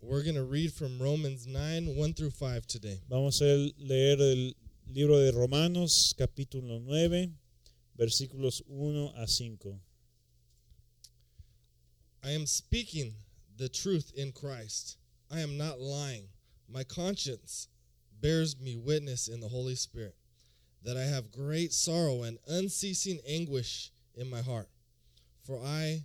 We're going to read from Romans 9 1 through 5 today. Vamos a leer el libro de Romanos, capítulo 9, versículos 1 a 5. I am speaking the truth in Christ. I am not lying. My conscience bears me witness in the Holy Spirit that I have great sorrow and unceasing anguish in my heart. For I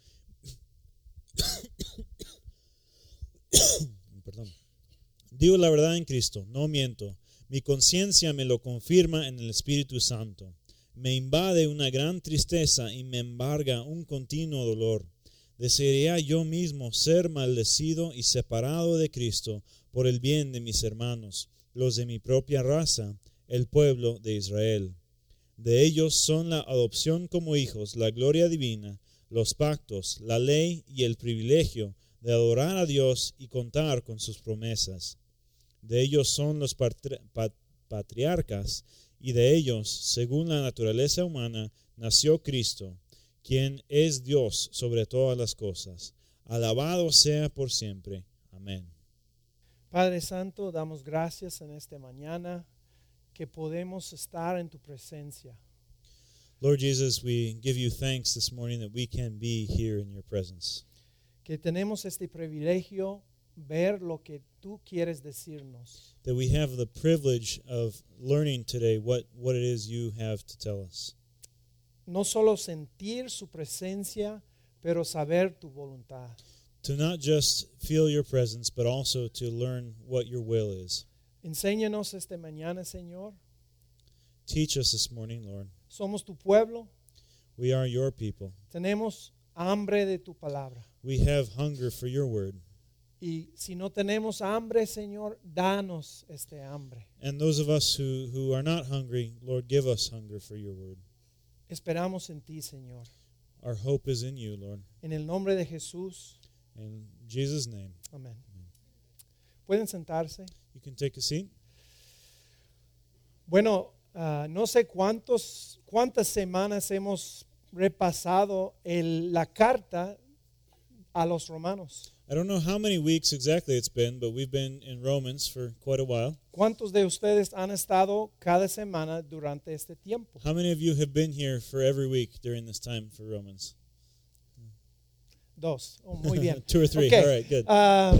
Perdón. Digo la verdad en Cristo, no miento. Mi conciencia me lo confirma en el Espíritu Santo. Me invade una gran tristeza y me embarga un continuo dolor. Desearía yo mismo ser maldecido y separado de Cristo por el bien de mis hermanos, los de mi propia raza, el pueblo de Israel. De ellos son la adopción como hijos, la gloria divina, los pactos, la ley y el privilegio de adorar a Dios y contar con sus promesas. De ellos son los patri- pat- patriarcas y de ellos, según la naturaleza humana, nació Cristo, quien es Dios sobre todas las cosas. Alabado sea por siempre. Amén. Padre Santo, damos gracias en esta mañana que podemos estar en tu presencia. Lord Jesus, we give you thanks this morning that we can be here in your presence, que tenemos este privilegio ver lo que tú quieres decirnos. that we have the privilege of learning today what, what it is you have to tell us. No solo sentir su presencia, pero saber tu voluntad. To not just feel your presence, but also to learn what your will is. Enséñanos esta mañana, Señor. Teach us this morning, Lord. Somos tu pueblo, We are your people. tenemos hambre de tu palabra. We have hunger for your word. Y si no tenemos hambre, Señor, danos este hambre. And those of us who, who are not hungry, Lord, give us hunger for your word. Esperamos en ti, Señor. Our hope is in you, Lord. En el nombre de Jesús. In Jesus' name. Amén. Pueden sentarse. You can take a seat. Bueno, ah, no sé cuántos, cuántas semanas hemos repasado el- la carta a los romanos. I don't know how many weeks exactly it's been, but we've been in Romans for quite a while. ¿Cuántos de ustedes han estado cada semana durante este tiempo? How many of you have been here for every week during this time for Romans? Dos. Oh, muy bien. Two or three. Okay. All right, good. Ah,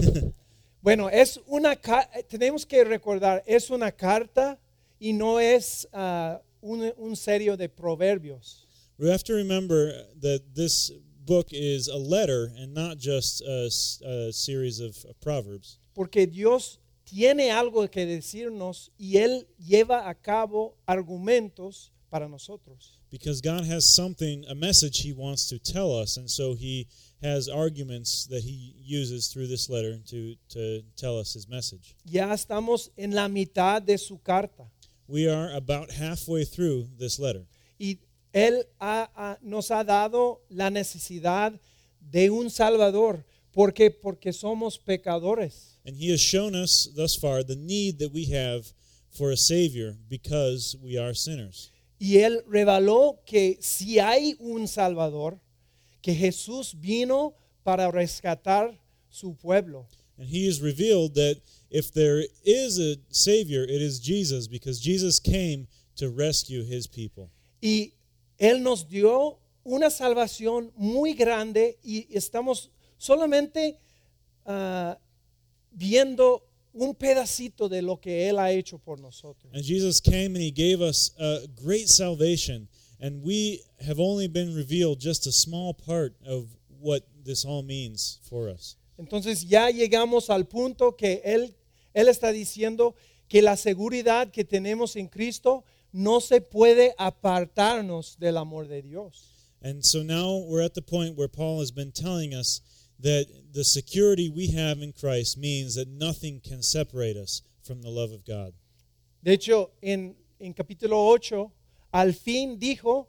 bueno, es una ca- tenemos que recordar, es una carta y no es ah, un, un serio de proverbios. We have to remember that this book is a letter and not just a, s- a series of, of proverbs. Porque Dios tiene algo que decirnos y Él lleva a cabo argumentos para nosotros. because God has something, a message He wants to tell us, and so He has arguments that He uses through this letter to to tell us His message. Ya estamos en la mitad de su carta We are about halfway through this letter, y Él ha- ha- nos ha dado la necesidad de un Salvador. ¿Por qué? Porque somos pecadores. and He has shown us thus far the need that we have for a Savior because we are sinners. Y Él reveló que si hay un Salvador, que Jesús vino para rescatar su pueblo. And He has revealed that if there is a Savior, it is Jesus, because Jesus came to rescue His people. Y Él nos dio una salvación muy grande y estamos solamente ah, viendo un pedacito de lo que Él ha hecho por nosotros. And Jesus came and he gave us a great salvation. And we have only been revealed just a small part of what this all means for us. Entonces ya llegamos al punto que Él, él está diciendo que la seguridad que tenemos en Cristo no se puede apartarnos del amor de Dios. And so now we're at the point where Paul has been telling us That the security we have in Christ means that nothing can separate us from the love of God. De hecho, en, en capítulo 8, al fin dijo,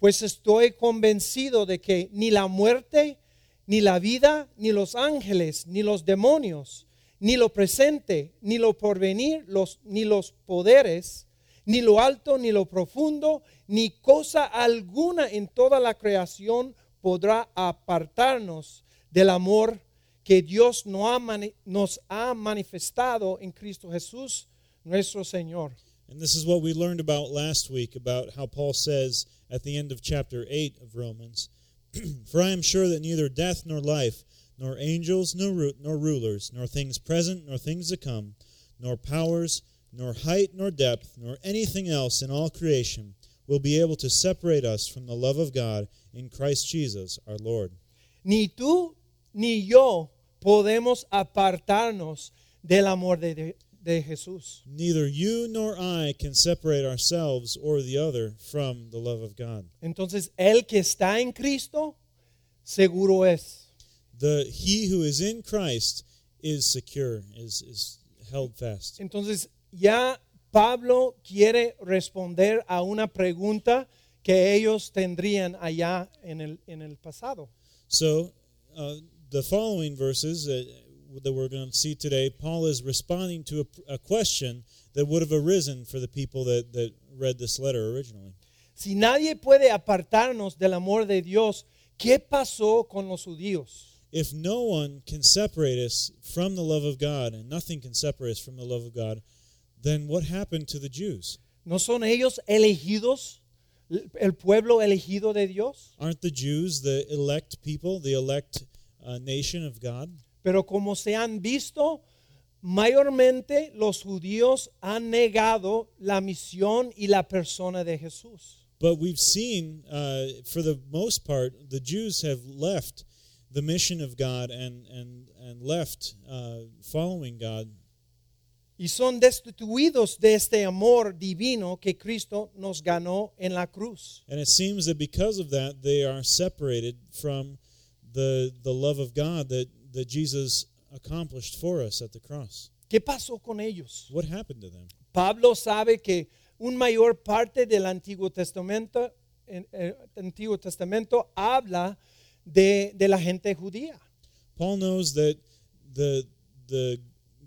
pues estoy convencido de que ni la muerte, ni la vida, ni los ángeles, ni los demonios, ni lo presente, ni lo porvenir, los, ni los poderes, ni lo alto, ni lo profundo, ni cosa alguna en toda la creación podrá apartarnos del amor que Dios no ha mani- nos ha manifestado en Cristo Jesús, nuestro Señor. And this is what we learned about last week about how Paul says at the end of chapter 8 of Romans For I am sure that neither death nor life, nor angels nor, ru- nor rulers, nor things present nor things to come, nor powers, nor height nor depth, nor anything else in all creation will be able to separate us from the love of God in Christ Jesus our Lord. Ni tú ni yo podemos apartarnos del amor de- de- de Jesús. Neither you nor I can separate ourselves or the other from the love of God. Entonces, el que está en Cristo, seguro es. the he who is in Christ is secure, is is held fast. Entonces, ya Pablo quiere responder a una pregunta que ellos tendrían allá en el, en el pasado. So, uh, the following verses that, that we're going to see today, Paul is responding to a, a question that would have arisen for the people that that read this letter originally. Si nadie puede apartarnos del amor de Dios, ¿qué pasó con los judíos? If no one can separate us from the love of God, and nothing can separate us from the love of God, then what happened to the Jews? ¿No son ellos elegidos, el pueblo elegido de Dios? Aren't the Jews the elect people, the elect uh, nation of God? Pero como se han visto, mayormente los judíos han negado la misión y la persona de Jesús. But we've seen, uh, for the most part, the Jews have left the mission of God and and and left uh, following God, Y son destituidos de este amor divino que Cristo nos ganó en la cruz. and it seems that because of that, they are separated from the the love of God that that Jesus accomplished for us at the cross. ¿Qué pasó con ellos? What happened to them? Pablo sabe que un mayor parte del Antiguo Testamento, en- eh, Antiguo Testamento habla de, de la gente judía. Paul knows that the the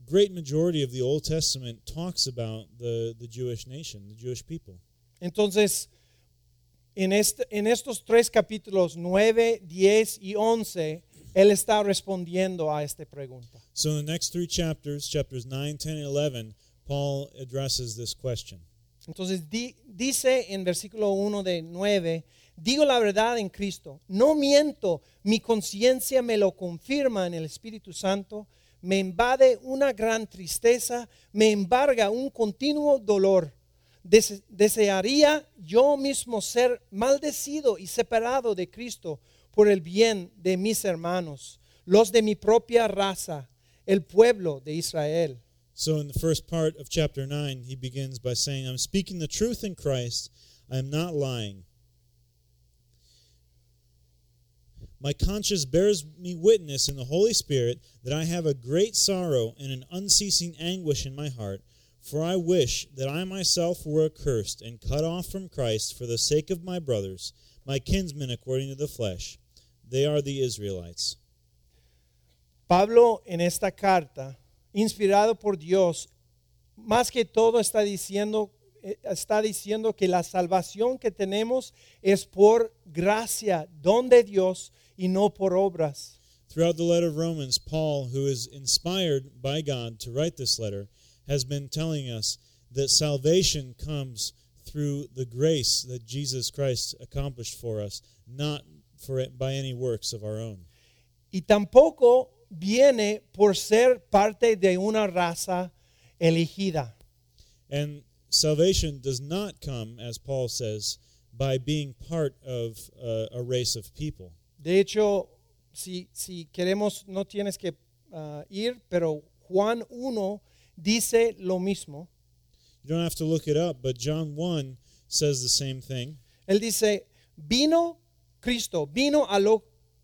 great majority of the Old Testament talks about the the Jewish nation, the Jewish people. Entonces, en, este- en estos tres capítulos 9, 10 y 11, él está respondiendo a esta pregunta. So, in the next three chapters, chapters 9, 10, and 11, Paul addresses this question. Entonces di- dice en versículo 1 de 9, digo la verdad en Cristo, no miento, mi conciencia me lo confirma en el Espíritu Santo, me invade una gran tristeza, me embarga un continuo dolor. Dese- desearía yo mismo ser maldecido y separado de Cristo por el bien de mis hermanos, los de mi propia raza, el pueblo de Israel. So, in the first part of chapter 9, he begins by saying, I'm speaking the truth in Christ, I am not lying. My conscience bears me witness in the Holy Spirit that I have a great sorrow and an unceasing anguish in my heart, for I wish that I myself were accursed and cut off from Christ for the sake of my brothers, my kinsmen according to the flesh. They are the Israelites. Pablo en esta carta, inspirado por Dios, más que todo está diciendo eh, está diciendo que la salvación que tenemos es por gracia, don de Dios y no por obras. Throughout the letter of Romans, Paul, who is inspired by God to write this letter, has been telling us that salvation comes through the grace that Jesus Christ accomplished for us, not for it by any works of our own. Y tampoco viene por ser parte de una raza elegida. And salvation does not come, as Paul says, by being part of uh, a race of people. De hecho, si, si queremos, no tienes que ah, ir, pero Juan 1 dice lo mismo. You don't have to look it up, but John 1 says the same thing. Él dice, vino Cristo, vino a lo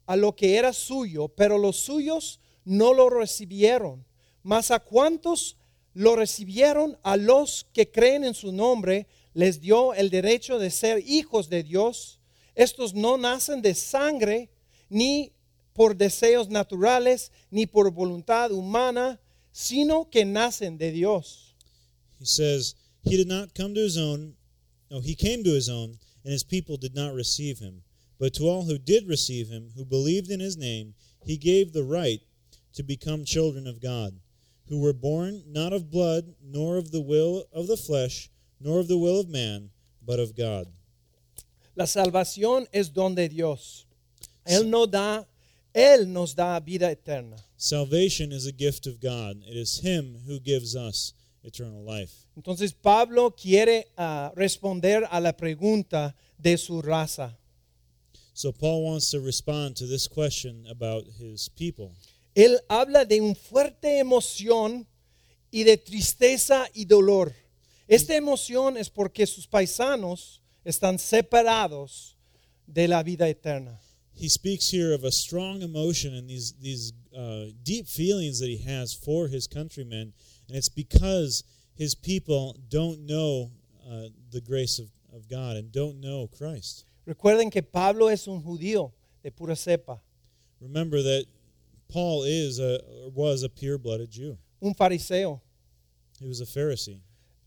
a lo que era suyo, pero los suyos no lo recibieron. Mas a cuantos lo recibieron, a los que creen en su nombre, les dio el derecho de ser hijos de Dios. Estos no nacen de sangre, ni por deseos naturales, ni por voluntad humana, sino que nacen de Dios. He says, He did not come to his own, no, he came to his own, and his people did not receive him. But to all who did receive him, who believed in his name, he gave the right to become children of God, who were born not of blood, nor of the will of the flesh, nor of the will of man, but of God. La salvación es don de Dios. Él no da, él nos da vida eterna. Salvation is a gift of God. It is him who gives us eternal life. Entonces Pablo quiere ah, responder a la pregunta de su raza. So Paul wants to respond to this question about his people. Él habla de un fuerte emoción y de tristeza y dolor. Esta emoción es porque sus paisanos están separados de la vida eterna. He speaks here of a strong emotion and these these uh, deep feelings that he has for his countrymen, and it's because his people don't know uh, the grace of, of God and don't know Christ. Recuerden que Pablo es un judío de pura cepa, Remember that Paul is a or was a pure-blooded Jew. un fariseo, He was a Pharisee.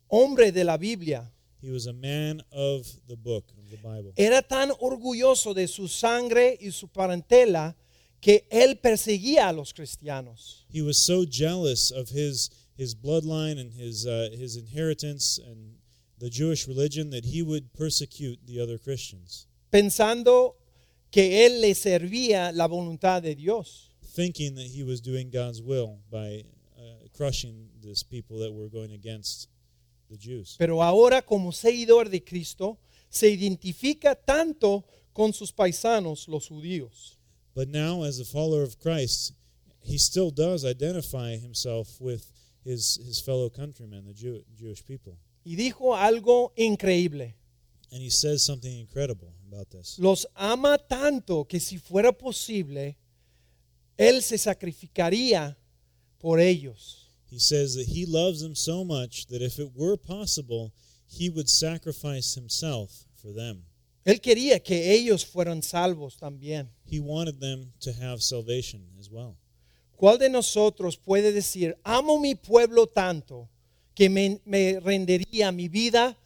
hombre de la Biblia. He was a man of the book of the Bible. Era tan orgulloso de su sangre y su parentela que él perseguía a los cristianos. He was so jealous of his his bloodline and his uh, his inheritance and the Jewish religion that he would persecute the other Christians, pensando que él le servía la voluntad de Dios. thinking that he was doing God's will by uh, crushing this people that were going against the Jews. Pero ahora como seguidor de Cristo se identifica tanto con sus paisanos, los judíos. But now, as a follower of Christ, he still does identify himself with his his fellow countrymen, the Jew, Jewish people, Y dijo algo increíble. and he says something incredible about this. Los ama tanto que si fuera posible, él se sacrificaría por ellos. He says that he loves them so much that if it were possible, he would sacrifice himself for them. Él quería que ellos fueran salvos también. He wanted them to have salvation as well. ¿Cuál de nosotros puede decir, amo mi pueblo tanto que me, me rendería mi vida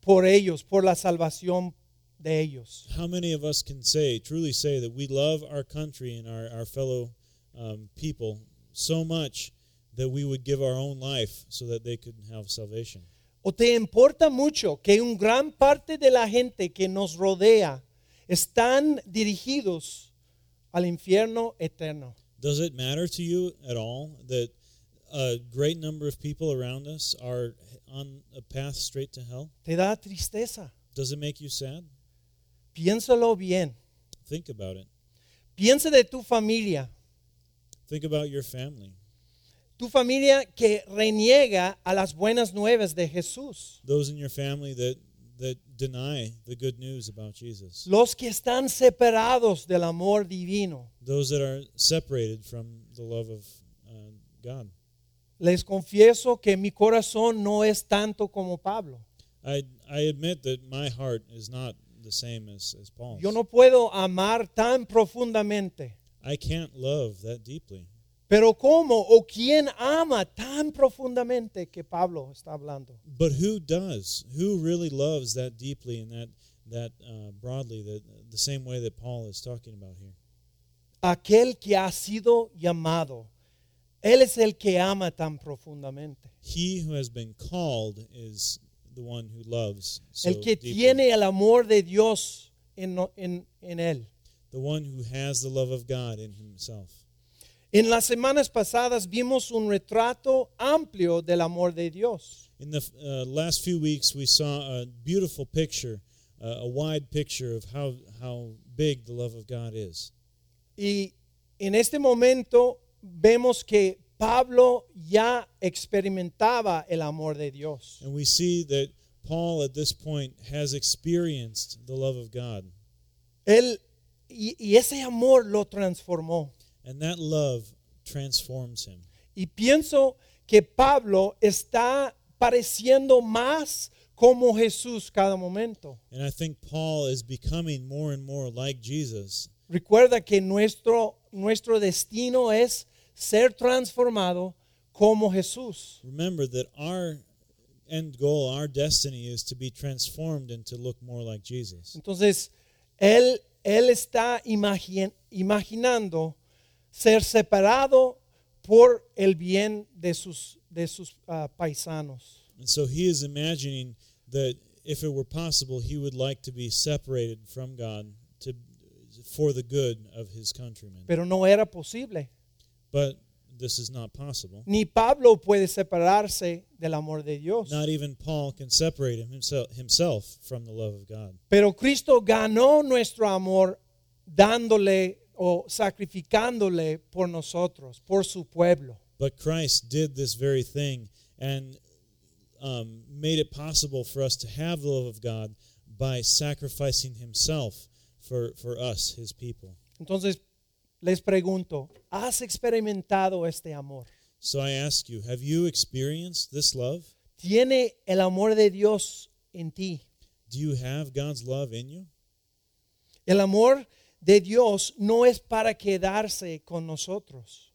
por ellos, por la salvación de ellos? How many of us can say, truly say, that we love our country and our, our fellow um, people so much that we would give our own life so that they could have salvation? ¿O te importa mucho que un gran parte de la gente que nos rodea están dirigidos al infierno eterno? Does it matter to you at all that a great number of people around us are on a path straight to hell? ¿Te da tristeza? Does it make you sad? Piénsalo bien. Think about it. Piensa de tu familia, Think about your family. tu familia que reniega a las buenas nuevas de Jesús. Those in your family that that deny the good news about Jesus. los que están separados del amor divino. Those that are separated from the love of uh, God. Les confieso que mi corazón no es tanto como Pablo. I I admit that my heart is not the same as as Paul's. Yo no puedo amar tan profundamente, I can't love that deeply. pero ¿cómo o quién ama tan profundamente que Pablo está hablando? But who does? Who really loves that deeply and that that uh, broadly that the same way that Paul is talking about here? Aquel que ha sido llamado, él es el que ama tan profundamente. He who has been called is the one who loves so el que deeply. tiene el amor de Dios en, no- en- en él. the one who has the love of God in himself. En las semanas pasadas vimos un retrato amplio del amor de Dios. In the uh, last few weeks, we saw a beautiful picture, uh, a wide picture of how, how big the love of God is. Y en este momento vemos que Pablo ya experimentaba el amor de Dios. And we see that Paul at this point has experienced the love of God. Él Y, y ese amor lo transformó. And that love transforms him. Y pienso que Pablo está pareciendo más como Jesús cada momento. And I think Paul is becoming more and more like Jesus. Recuerda que nuestro, nuestro destino es ser transformado como Jesús. Remember that our end goal, our destiny is to be transformed and to look more like Jesus. Entonces, él, él está imagin- imaginando ser separado por el bien de sus, de sus ah, paisanos. And so he is imagining that if it were possible, he would like to be separated from God to, for the good of his countrymen. Pero no era posible. But this is not possible. Ni Pablo puede separarse del amor de Dios. Not even Paul can separate him- himself, himself from the love of God. Pero Cristo ganó nuestro amor dándole o sacrificándole por nosotros, por su pueblo. But Christ did this very thing and um, made it possible for us to have the love of God by sacrificing himself for, for us, his people. Entonces, les pregunto, ¿has experimentado este amor? So I ask you, have you experienced this love? ¿Tiene el amor de Dios en ti? Do you have God's love in you? El amor de Dios no es para quedarse con nosotros.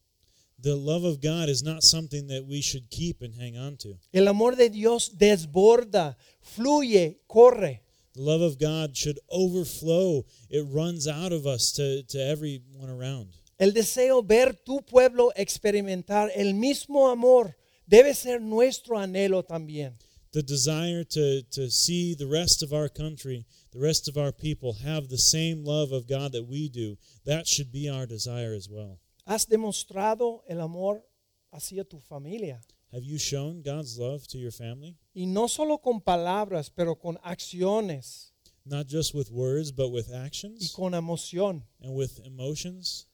The love of God is not something that we should keep and hang on to. El amor de Dios desborda, fluye, corre. The love of God should overflow. It runs out of us to, to everyone around. El deseo ver tu pueblo experimentar el mismo amor debe ser nuestro anhelo también. the desire to, to see the rest of our country, the rest of our people have the same love of God that we do, that should be our desire as well. ¿Has demostrado el amor hacia tu familia? Have you shown God's love to your family? Y no solo con palabras, pero con acciones Not just with words, but with y actions con emoción. and with emotions?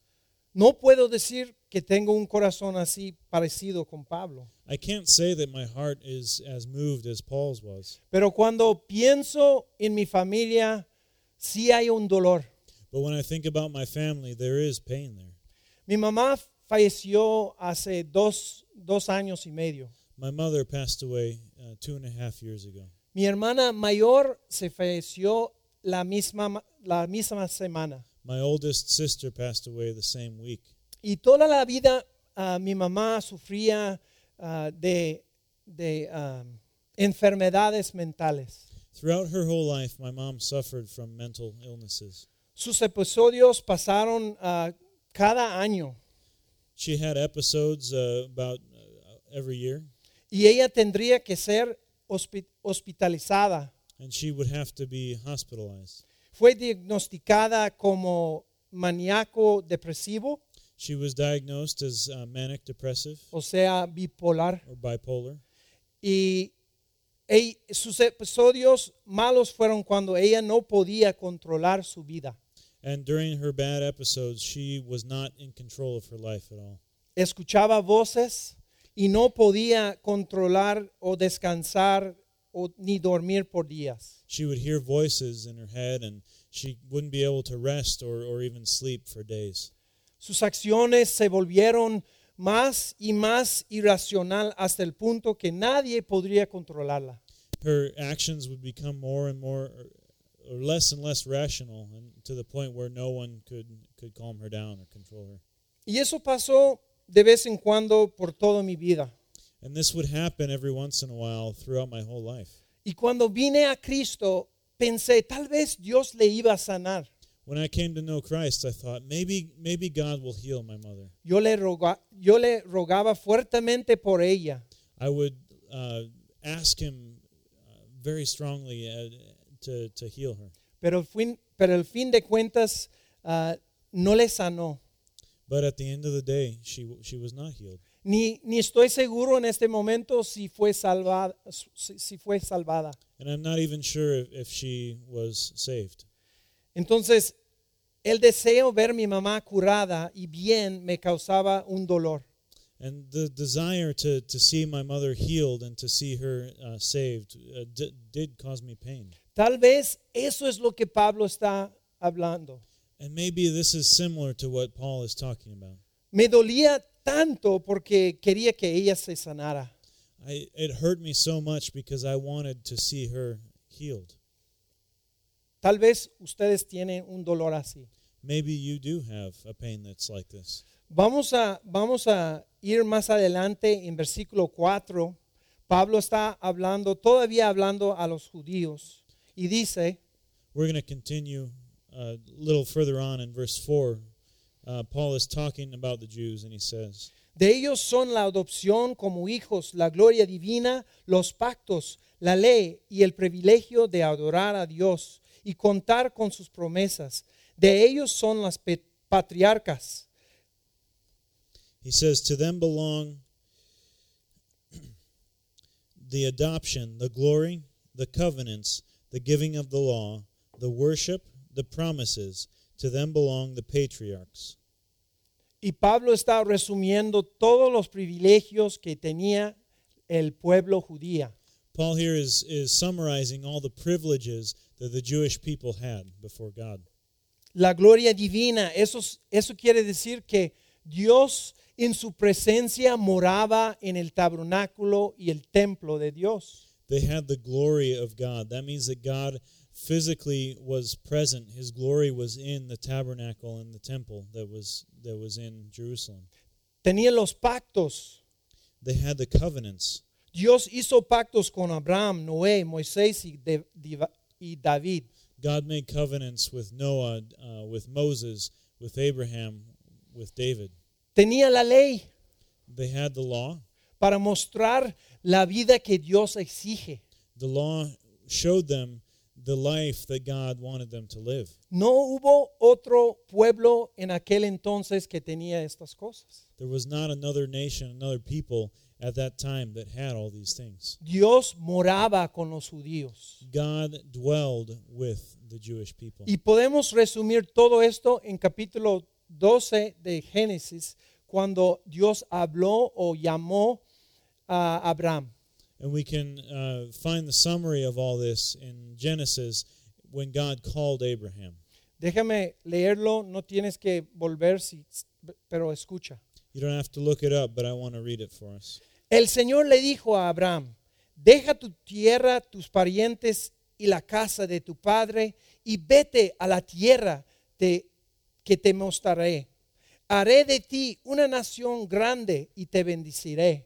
No puedo decir que tengo un corazón así parecido con Pablo, I can't say that my heart is as moved as Paul's was, pero cuando pienso en mi familia, sí hay un dolor. but when I think about my family, there is pain there. Mi mamá falleció hace dos, dos años y medio. My mother passed away uh, two and a half years ago. Mi hermana mayor se falleció la misma, ma- la misma semana. My oldest sister passed away the same week. Y toda la vida ah, mi mamá sufría ah, de, de, ah, enfermedades mentales. Throughout her whole life, my mom suffered from mental illnesses. Sus episodios pasaron ah, cada año She had episodes uh, about uh, every year, y ella tendría que ser hospi- hospitalizada. and she would have to be hospitalized. Fue diagnosticada como maníaco depresivo, She was diagnosed as uh, manic depressive o sea, bipolar. or bipolar, Y e- sus episodios malos fueron cuando ella no podía controlar su vida. and during her bad episodes, she was not in control of her life at all. Escuchaba voces y no podía controlar o descansar o ni dormir por días. She would hear voices in her head, and she wouldn't be able to rest or, or even sleep for days. Sus acciones se volvieron más y más irracional hasta el punto que nadie podría controlarla. her actions would become more and more or less and less rational and to the point where no one could could calm her down or control her Y eso pasó de vez en cuando por toda mi vida. and this would happen every once in a while throughout my whole life Y cuando vine a Cristo, pensé, tal vez Dios le iba a sanar. when i came to know christ i thought maybe maybe god will heal my mother Yo le, roga- yo le rogaba fuertemente por ella, i would uh, ask him uh, very strongly uh, to, to heal her pero el fin, pero el fin de cuentas ah, no le sanó. but at the end of the day she she was not healed Ni, ni estoy seguro en este momento si fue salvada. Si, si fue salvada. and i'm not even sure if, if she was saved Entonces, el deseo ver mi mamá curada y bien me causaba un dolor. And the desire to, to see my mother healed and to see her uh, saved uh, d- did cause me pain. Tal vez eso es lo que Pablo está hablando. And maybe this is similar to what Paul is talking about. Me dolía tanto porque quería que ella se sanara. I, it hurt me so much because I wanted to see her healed. Tal vez ustedes tienen un dolor así. Maybe you do have a pain that's like this. Vamos a, vamos a ir más adelante en versículo 4. Pablo está hablando, todavía hablando a los judíos y dice, We're going to continue uh, a little further on in verse 4. Uh, Paul is talking about the Jews and he says, de ellos son la adopción como hijos, la gloria divina, los pactos, la ley y el privilegio de adorar a Dios y contar con sus promesas. De ellos son las pe- patriarcas. He says, To them belong the adoption, the glory, the covenants, the giving of the law, the worship, the promises. To them belong the patriarchs. Y Pablo está resumiendo todos los privilegios que tenía el pueblo judía. Paul here is, is summarizing all the privileges that the Jewish people had before God. La gloria divina, eso, es- eso quiere decir que Dios en su presencia moraba en el tabernáculo y el templo de Dios. They had the glory of God. That means that God physically was present. His glory was in the tabernacle and the temple that was that was in Jerusalem. Tenía los pactos. They had the covenants. Dios hizo pactos con Abraham, Noé, Moisés y, de- diva- y David. God made covenants with Noah, uh, with Moses, with Abraham, with David. Tenía la ley They had the law. para mostrar la vida que Dios exige. The law showed them the life that God wanted them to live. No hubo otro pueblo en aquel entonces que tenía estas cosas. There was not another nation, another people at that time that had all these things. Dios moraba con los judíos. God dwelled with the Jewish people. Y podemos resumir todo esto en capítulo 12 de Génesis, cuando Dios habló o llamó a Abraham. And we can uh, find the summary of all this in Genesis when God called Abraham. Déjame leerlo, no tienes que volver, si- pero escucha. You don't have to look it up, but I want to read it for us. El Señor le dijo a Abraham, deja tu tierra, tus parientes y la casa de tu padre, y vete a la tierra te- que te mostraré. Haré de ti una nación grande y te bendeciré.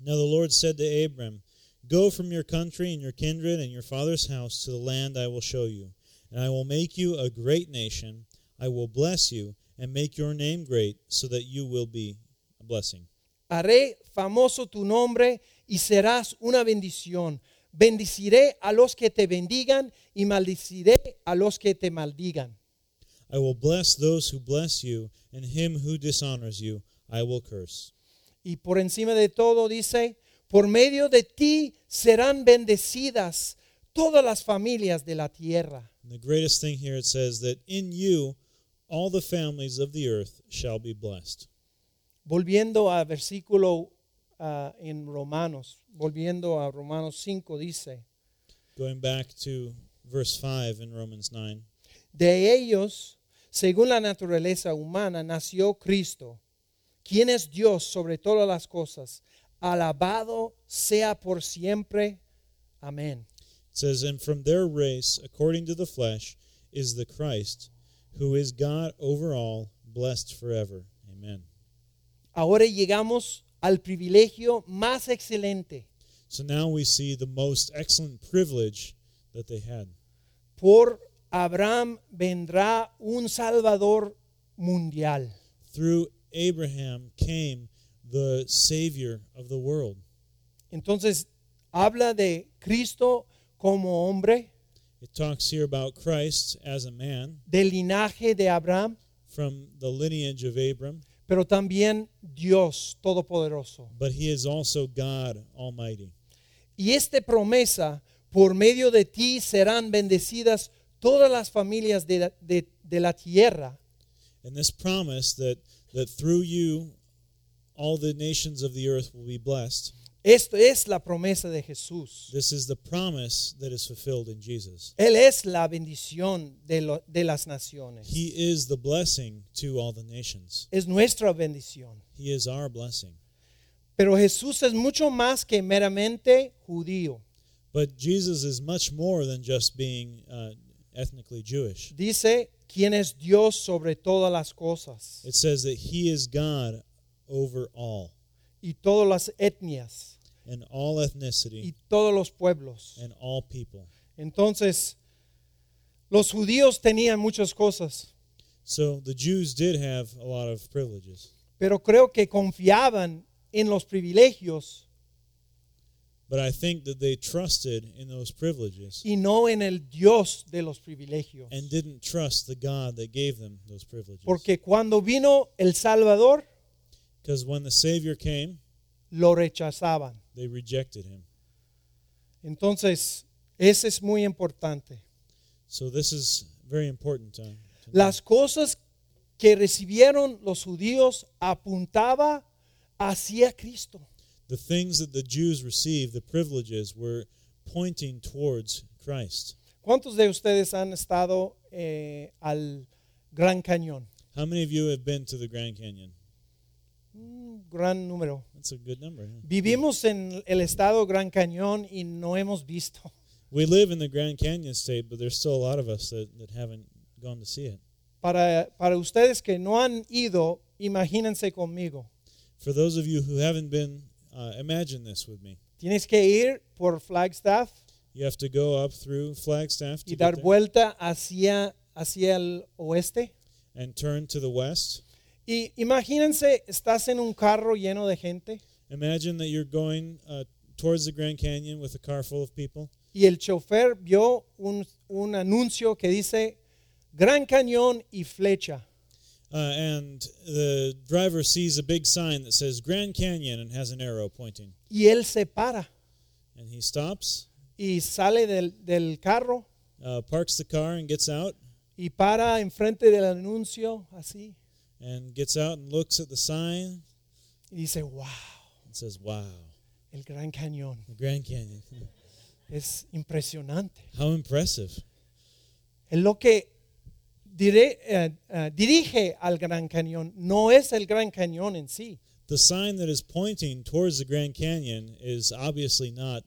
Now the Lord said to Abram, Go from your country and your kindred and your father's house to the land I will show you, and I will make you a great nation. I will bless you and make your name great, so that you will be a blessing. Haré famoso tu nombre y serás una bendición. Bendiciré a los que te bendigan y maldiciré a los que te maldigan. I will bless those who bless you, and him who dishonors you I will curse. Y por encima de todo dice, por medio de ti serán bendecidas todas las familias de la tierra. And the greatest thing here it says that in you all the families of the earth shall be blessed. Volviendo al versículo ah, en Romanos, volviendo a Romanos 5, dice, Going back to verse 5 in Romans 9. de ellos, según la naturaleza humana, nació Cristo, quien es Dios sobre todas las cosas. Alabado sea por siempre. Amén. It says, And from their race, according to the flesh, is the Christ, who is God over all, blessed forever. Amen. Ahora llegamos al privilegio más excelente. So now we see the most excellent privilege that they had. por Abraham vendrá un Salvador mundial. Through Abraham came the Savior of the world. Entonces, habla de Cristo como hombre, It talks here about Christ as a man del linaje de Abraham, from the lineage of Abram, pero también Dios Todopoderoso. but he is also God Almighty. Y esta promesa, por medio de ti serán bendecidas todas las familias de la, de- de la tierra, And this promise that, that through you all the nations of the earth will be blessed Esto es la promesa de Jesús. This is the promise that is fulfilled in Jesus. Él es la bendición de, lo- de las naciones. He is the blessing to all the nations. Es nuestra bendición. He is our blessing. Pero Jesús es mucho más que meramente judío. But Jesus is much more than just being uh, ethnically Jewish. Dice, quien es Dios sobre todas las cosas It says that He is God over all y todas las etnias and all y ethnicity todos los pueblos. and all people. Entonces, los judíos tenían muchas cosas, So the Jews did have a lot of privileges, pero creo que confiaban en los privilegios but I think that they trusted in those privileges y no en el Dios de los privilegios. and didn't trust the God that gave them those privileges. Porque cuando vino el Salvador, Because when the Savior came, lo rechazaban. they rejected him. Entonces, eso es muy importante. So this is very important. uh, To, to know. Las cosas que recibieron los judíos apuntaba hacia Cristo. The things that the Jews received, the privileges, were pointing towards Christ. ¿Cuántos de ustedes han estado eh, al Gran Cañón? How many of you have been to the Grand Canyon? Un Mm, gran número. That's a good number. huh? Vivimos en el estado Gran Cañón y no hemos visto. We live in the Grand Canyon state, but there's still a lot of us that, that haven't gone to see it. Para, para ustedes que no han ido, imagínense conmigo. For those of you who haven't been, uh, imagine this with me. Tienes que ir por Flagstaff You have to go up through Flagstaff to y get dar there vuelta hacia, hacia el oeste. and turn to the west. Y imagínense, estás en un carro lleno de gente Imagine that you're going uh, towards the Grand Canyon with a car full of people. y el chofer vio un, un anuncio que dice Gran Cañón y flecha. Uh, and the driver sees a big sign that says Grand Canyon and has an arrow pointing. Y él se para And he stops, y sale del, del carro uh, parks the car, and gets out. y para enfrente del anuncio así And gets out and looks at the sign y dice, wow, and says, "Wow, el Gran Cañón the Grand Canyon! es impresionante. How impressive!" Es lo que dire- eh, eh, dirige al Gran Cañón, no es el Gran Cañón en sí. The sign that is pointing towards the Grand Canyon is obviously not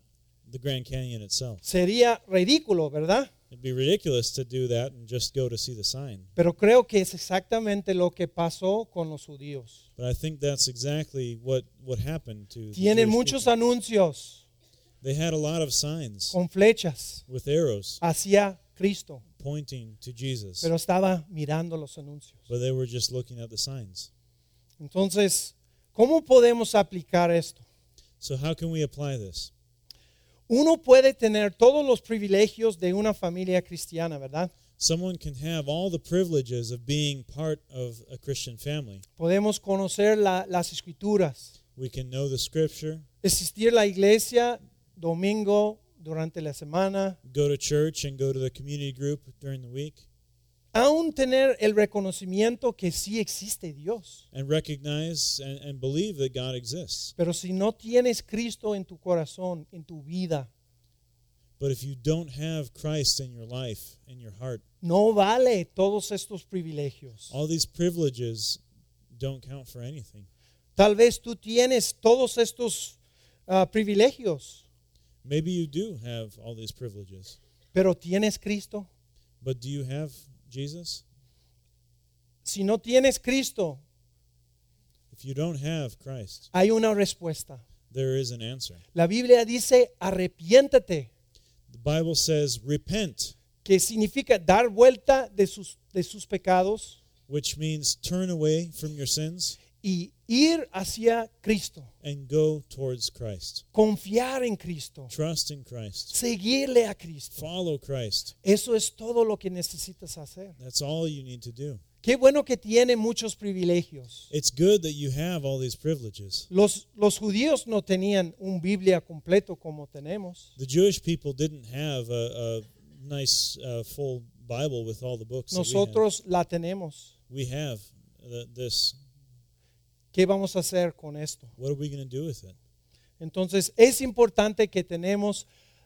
the Grand Canyon itself. Sería ridículo, ¿verdad? It'd be ridiculous to do that and just go to see the sign. Pero creo que es exactamente lo que pasó con los judíos. But I think that's exactly what what happened to. the Tienen Jewish muchos people. anuncios They had a lot of signs con flechas with arrows hacia Cristo, pointing to Jesus, pero estaba mirando los anuncios. but they were just looking at the signs. Entonces, ¿cómo podemos aplicar esto? So how can we apply this? Uno puede tener todos los privilegios de una familia cristiana, ¿verdad? Someone can have all the privileges of being part of a Christian family. Podemos conocer la- las escrituras, We can know the scripture, asistir a la iglesia domingo durante la semana, go to church and go to the community group during the week aún tener el reconocimiento que sí existe Dios. and recognize and, and believe that God exists. Pero si no tienes Cristo en tu corazón, en tu vida, But if you don't have Christ in your life, in your heart, no vale todos estos privilegios. all these privileges don't count for anything. Tal vez tú tienes todos estos ah, privilegios, Maybe you do have all these privileges, pero tienes Cristo. but do you have Jesus? Si no tienes Cristo, If you don't have Christ, hay una respuesta. there is an answer. La Biblia dice arrepiéntate, The Bible says, repent, que significa dar vuelta de sus, de sus pecados which means turn away from your sins y ir hacia Cristo, and go towards Christ. confiar en Cristo, Trust in Christ. seguirle a Cristo. Follow Christ. Eso es todo lo que necesitas hacer. That's all you need to do. Qué bueno que tiene muchos privilegios. It's good that you have all these privileges. Los, los judíos no tenían un Biblia completo como tenemos. The Jewish people didn't have a, a nice, uh, full Bible with all the books. that we have. Nosotros la tenemos. we have, the, this. ¿Qué vamos a hacer con esto? What are we going to do with it? Entonces es importante que tenemos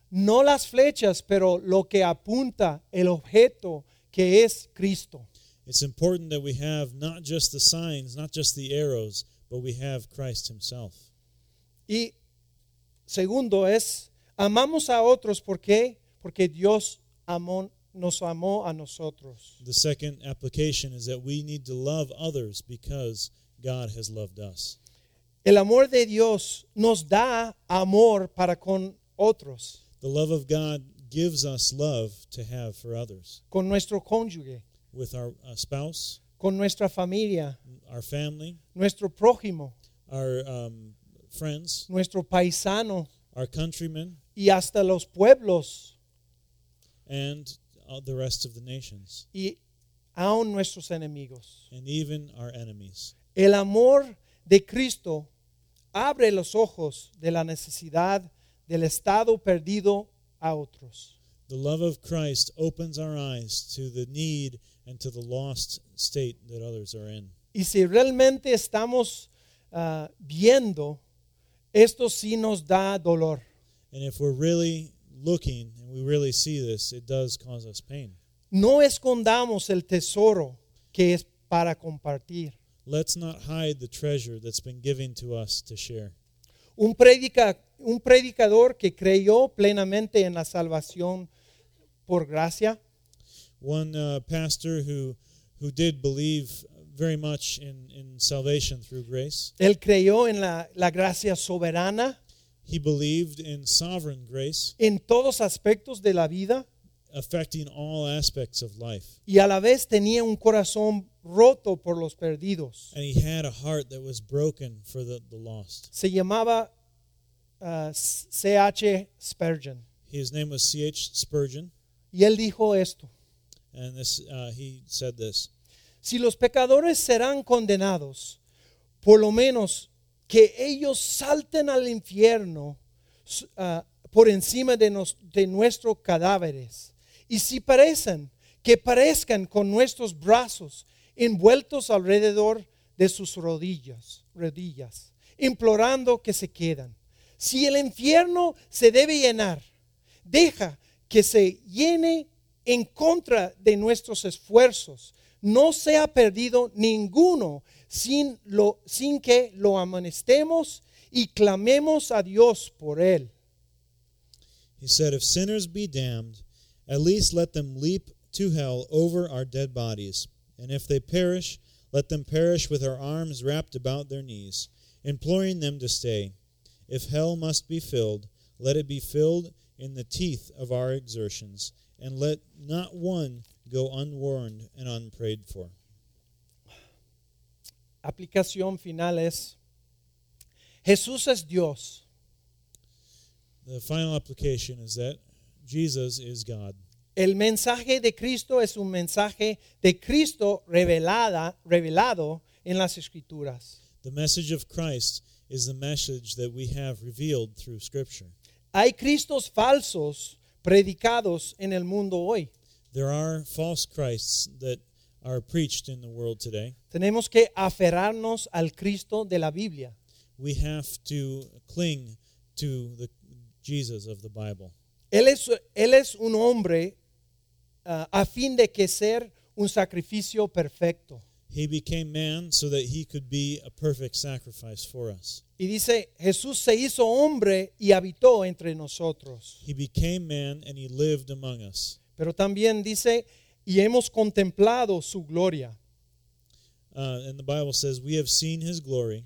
no las flechas, pero lo que apunta el objeto que es Cristo. It's important that we have not just the signs, not just the arrows, but we have Christ Himself. Y segundo es, amamos a otros ¿por qué? porque Dios amó, nos amó a nosotros. The second application is that we need to love others because God has loved us. El amor de Dios nos da amor para con otros, The love of God gives us love to have for others, con nuestro cónyuge, with our uh, spouse, con nuestra familia, our family, nuestro prójimo, our um, friends, nuestro paisano our countrymen, y hasta los pueblos and uh, the rest of the nations, y aun nuestros enemigos. and even our enemies. El amor de Cristo abre los ojos de la necesidad del estado perdido a otros. The love of Christ opens our eyes to the need and to the lost state that others are in. Y si realmente estamos ah, viendo, esto sí nos da dolor. And if we're really looking and we really see this, it does cause us pain. No escondamos el tesoro que es para compartir. Let's not hide the treasure that's been given to us to share. Un, predica- un predicador que creyó plenamente en la salvación por gracia One uh, pastor who who did believe very much in, in salvation through grace. Él creyó en la, la gracia soberana He believed in sovereign grace en todos aspectos de la vida affecting all aspects of life. y a la vez tenía un corazón roto por los perdidos. And he had a heart that was broken for the, the lost. Se llamaba ah, C.H. Spurgeon His name was C.H. Spurgeon, y él dijo esto, and this uh, he said this si los pecadores serán condenados, por lo menos que ellos salten al infierno s- ah, por encima de, nos- de nuestros cadáveres. Y si parecen, que parezcan con nuestros brazos envueltos alrededor de sus rodillas, rodillas, implorando que se quedan. Si el infierno se debe llenar, deja que se llene en contra de nuestros esfuerzos. No se ha perdido ninguno sin, lo, sin que lo amonestemos y clamemos a Dios por él. He said, If sinners be damned, at least let them leap to hell over our dead bodies. And if they perish, let them perish with our arms wrapped about their knees, imploring them to stay. If hell must be filled, let it be filled in the teeth of our exertions, and let not one go unwarned and unprayed for. Aplicación final es, Jesús es Dios. The final application is that Jesus is God. El mensaje de Cristo es un mensaje de Cristo revelada, revelado en las escrituras. The message of Christ is the message that we have revealed through Scripture. Hay Cristos falsos predicados en el mundo hoy. There are false Christs that are preached in the world today. Tenemos que aferrarnos al Cristo de la Biblia. We have to cling to the Jesus of the Bible. Él es, él es un hombre ah, a fin de que ser un sacrificio perfecto. He became man so that he could be a perfect sacrifice for us. Y dice, Jesús se hizo hombre y habitó entre nosotros. He became man and he lived among us. Pero también dice, y hemos contemplado su gloria. Uh, and the Bible says, We have seen his glory,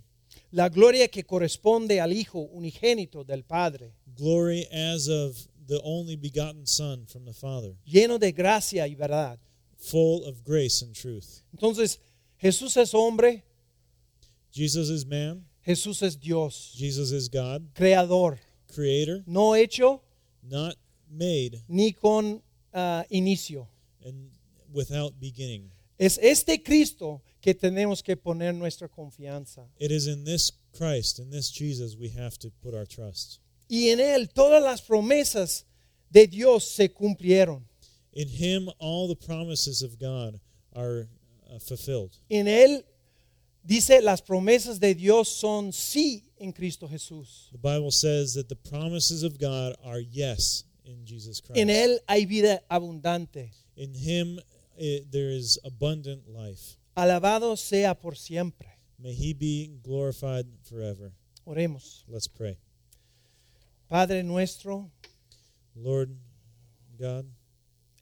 la gloria que corresponde al Hijo unigénito del Padre, glory as of the only begotten Son from the Father, lleno de gracia y verdad. full of grace and truth. Entonces, Jesús es hombre, Jesus is man, Jesús es Dios, Jesus is God, creador, creator, no hecho not made, ni con ah, inicio. and without beginning. Es este Cristo que tenemos que poner nuestra confianza. It is in this Christ, in this Jesus, we have to put our trust. Y en Él todas las promesas de Dios se cumplieron. In Him, all the promises of God are uh, fulfilled. En Él dice las promesas de Dios son sí en Cristo Jesús. The Bible says that the promises of God are yes in Jesus Christ. En Él hay vida abundante. In Him eh, there is abundant life. Alabado sea por siempre. May He be glorified forever. Oremos. Let's pray. Padre nuestro, Lord God,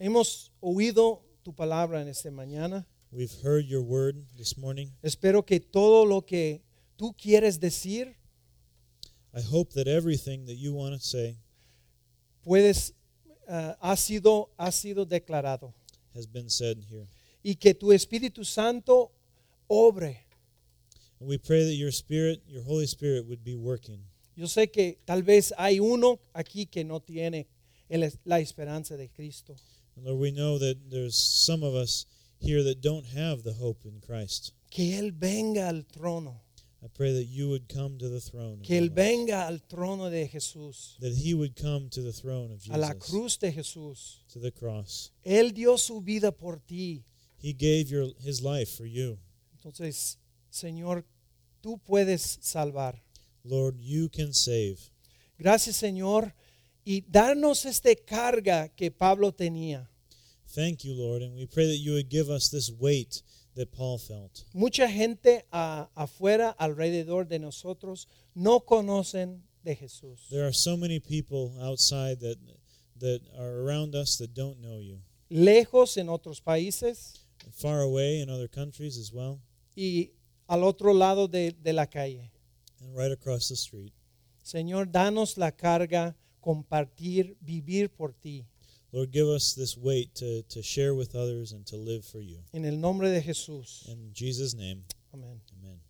hemos oído tu palabra en esta mañana. we've heard your word this morning. Espero que todo lo que tú quieres decir I hope that everything that you want to say puedes ah, ha sido ha sido declarado has been said here. y que tu Espíritu Santo obre. And we pray that your Spirit, your Holy Spirit, would be working. Yo sé que tal vez hay uno aquí que no tiene el- la esperanza de Cristo. And Lord, we know that there's some of us here that don't have the hope in Christ. Que Él venga al trono, I pray that you would come to the throne. of que our Él lives. venga al trono de Jesús, That he would come to the throne of Jesus. a la cruz de Jesús. To the cross. Él dio su vida por ti. He gave your, his life for you. Entonces, Señor, tú puedes salvar. Lord, you can save. Gracias, Señor, y darnos esta carga que Pablo tenía. Thank you, Lord. And we pray that you would give us this weight that Paul felt. Mucha gente a- afuera, alrededor de nosotros, no conocen de Jesús. There are so many people outside that, that are around us that don't know you. Lejos en otros países Far away in other countries as well, y al otro lado de, de la calle. and right across the street. Señor, danos la carga, compartir, vivir por ti. Lord, give us this weight to, to share with others and to live for you. En el nombre de Jesús. In Jesus' name, Amén. amen.